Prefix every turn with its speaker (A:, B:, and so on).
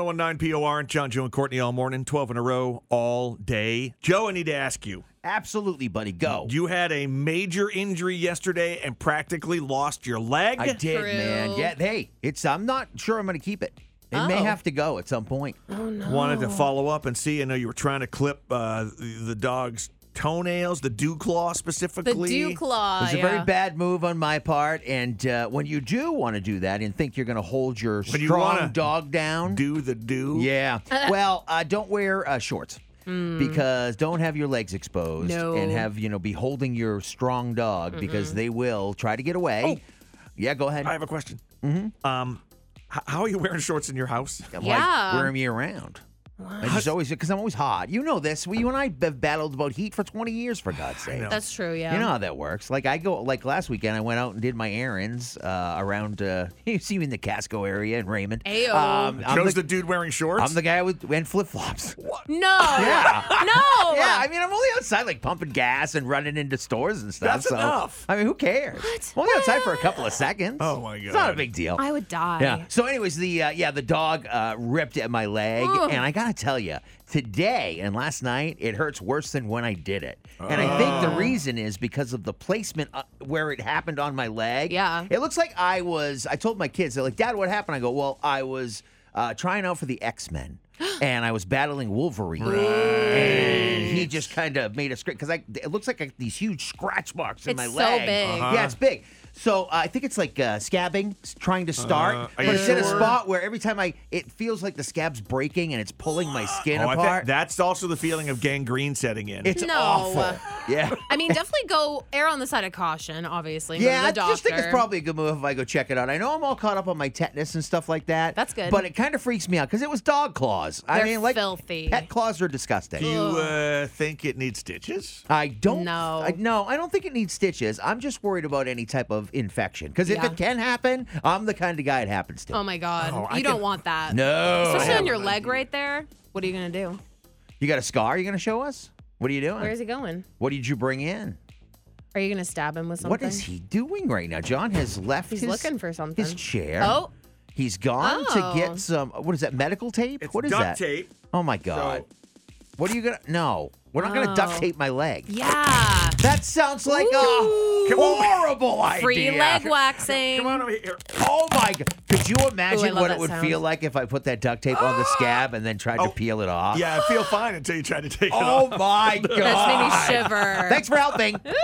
A: 1019 POR and John, Joe, and Courtney all morning, 12 in a row, all day. Joe, I need to ask you.
B: Absolutely, buddy. Go.
A: You had a major injury yesterday and practically lost your leg.
B: I did, man.
C: True.
B: Yeah. Hey, it's. I'm not sure I'm going to keep it. It may
C: Oh.
B: have to go at some point.
A: Wanted to follow up and see. I know you were trying to clip uh, the, the dog's toenails, the dew claw
C: The
A: specifically.
C: dew claw.
B: It's a
C: yeah.
B: very bad move on my part. And uh, when you do want to do that and think you're going to hold your
A: When you
B: strong
A: wanna
B: dog down,
A: Do the dew.
B: yeah. well, uh, don't wear uh, shorts. Because don't have your legs exposed
C: Hmm. No.
B: and have you know be holding your strong dog because they will try to get away. Yeah, go ahead.
A: Oh. I have a question.
B: Mm-hmm.
A: Um, h- how are you wearing shorts in your house?
B: like
C: Yeah.
B: wear 'em year round. I just always because I'm always hot. You know this. We, you and I have battled about heat for 20 years, for God's sake.
C: That's true. Yeah.
B: You know how that works. Like I go, like last weekend, I went out and did my errands uh, around. Uh, you see me in the Casco area in Raymond. Um,
C: Ayo.
B: I'm,
A: Joe's
B: the,
A: the, dude wearing shorts.
B: I'm the guy with and flip flops.
C: Oh, no.
B: Yeah.
C: No.
B: Yeah, I mean, I'm only outside like pumping gas and running into stores and stuff.
A: That's
B: so,
A: enough.
B: I mean, who cares?
C: What?
B: I'm only outside for a couple of seconds.
A: Oh, my
B: it's not a
A: God.
B: big deal.
C: I would die.
B: Yeah. So, anyways, the uh, yeah the dog uh, ripped at my leg,
C: Ugh.
B: and I gotta tell you, today and last night it hurts worse than when I did it. And I think
C: Oh.
B: the reason is because of the placement uh, where it happened on my leg.
C: Yeah.
B: It looks like I was. I told my kids, they're like, "Dad, what happened?" I go, "Well, I was uh, trying out for the X Men." And I was battling Wolverine, and he just kind of made a script because I it looks like I, these huge scratch marks in
C: It's
B: my
C: so
B: leg.
C: big.
B: Yeah, it's big. So uh, I think it's like uh, scabbing, s- trying to start,
A: Uh, are
B: but
A: you
B: it's in a
A: sure?
B: spot where every time I, it feels like the scab's breaking and it's pulling my skin
A: Oh, I thi-
B: apart.
A: that's also the feeling of gangrene setting in.
B: it's
C: No.
B: awful. Yeah.
C: I mean, definitely go err on the side of caution, obviously. from
B: Yeah, I
C: the
B: just think it's
C: doctor.
B: probably a good move if I go check it out. I know I'm all caught up on my tetanus and stuff like that.
C: That's good.
B: But it kind of freaks me out because it was dog claws. I
C: They're
B: mean, like
C: filthy.
B: pet claws are disgusting.
A: Do you uh, think it needs stitches?
B: I don't.
C: No.
B: I, no, I don't think it needs stitches. I'm just worried about any type of infection because if
C: Yeah.
B: it can happen, I'm the kind of guy it happens to.
C: Oh my God.
A: Oh, I
C: you don't
A: can-
C: want that.
B: no.
C: Especially on your leg right there. What are you gonna do?
B: You got a scar you're going to show us? What are you doing?
C: Where's he going?
B: what did you bring in?
C: Are you gonna stab him with something?
B: What is he doing right now? John has left
C: He's
B: his,
C: looking for something.
B: his chair.
C: Oh.
B: He's gone to
C: Oh.
B: get some, what is that, medical tape?
A: It's
B: what is
A: duct
B: that?
A: tape.
B: Oh my God. What are you going to, no, we're not going to duct
C: Oh.
B: tape my leg.
C: Yeah.
B: That sounds like a
C: Ooh.
A: Come on.
B: horrible idea.
C: Free leg waxing.
A: Come on over here.
B: Oh my God. Could you
C: Ooh, I
B: imagine
C: love
B: what it
C: that
B: would
C: sound.
B: feel like if I put that duct tape on the scab and then tried
A: Oh.
B: to peel it off?
A: Yeah, I feel fine until you try to take it off.
B: Oh my God.
C: That's made me shiver.
B: Thanks for helping.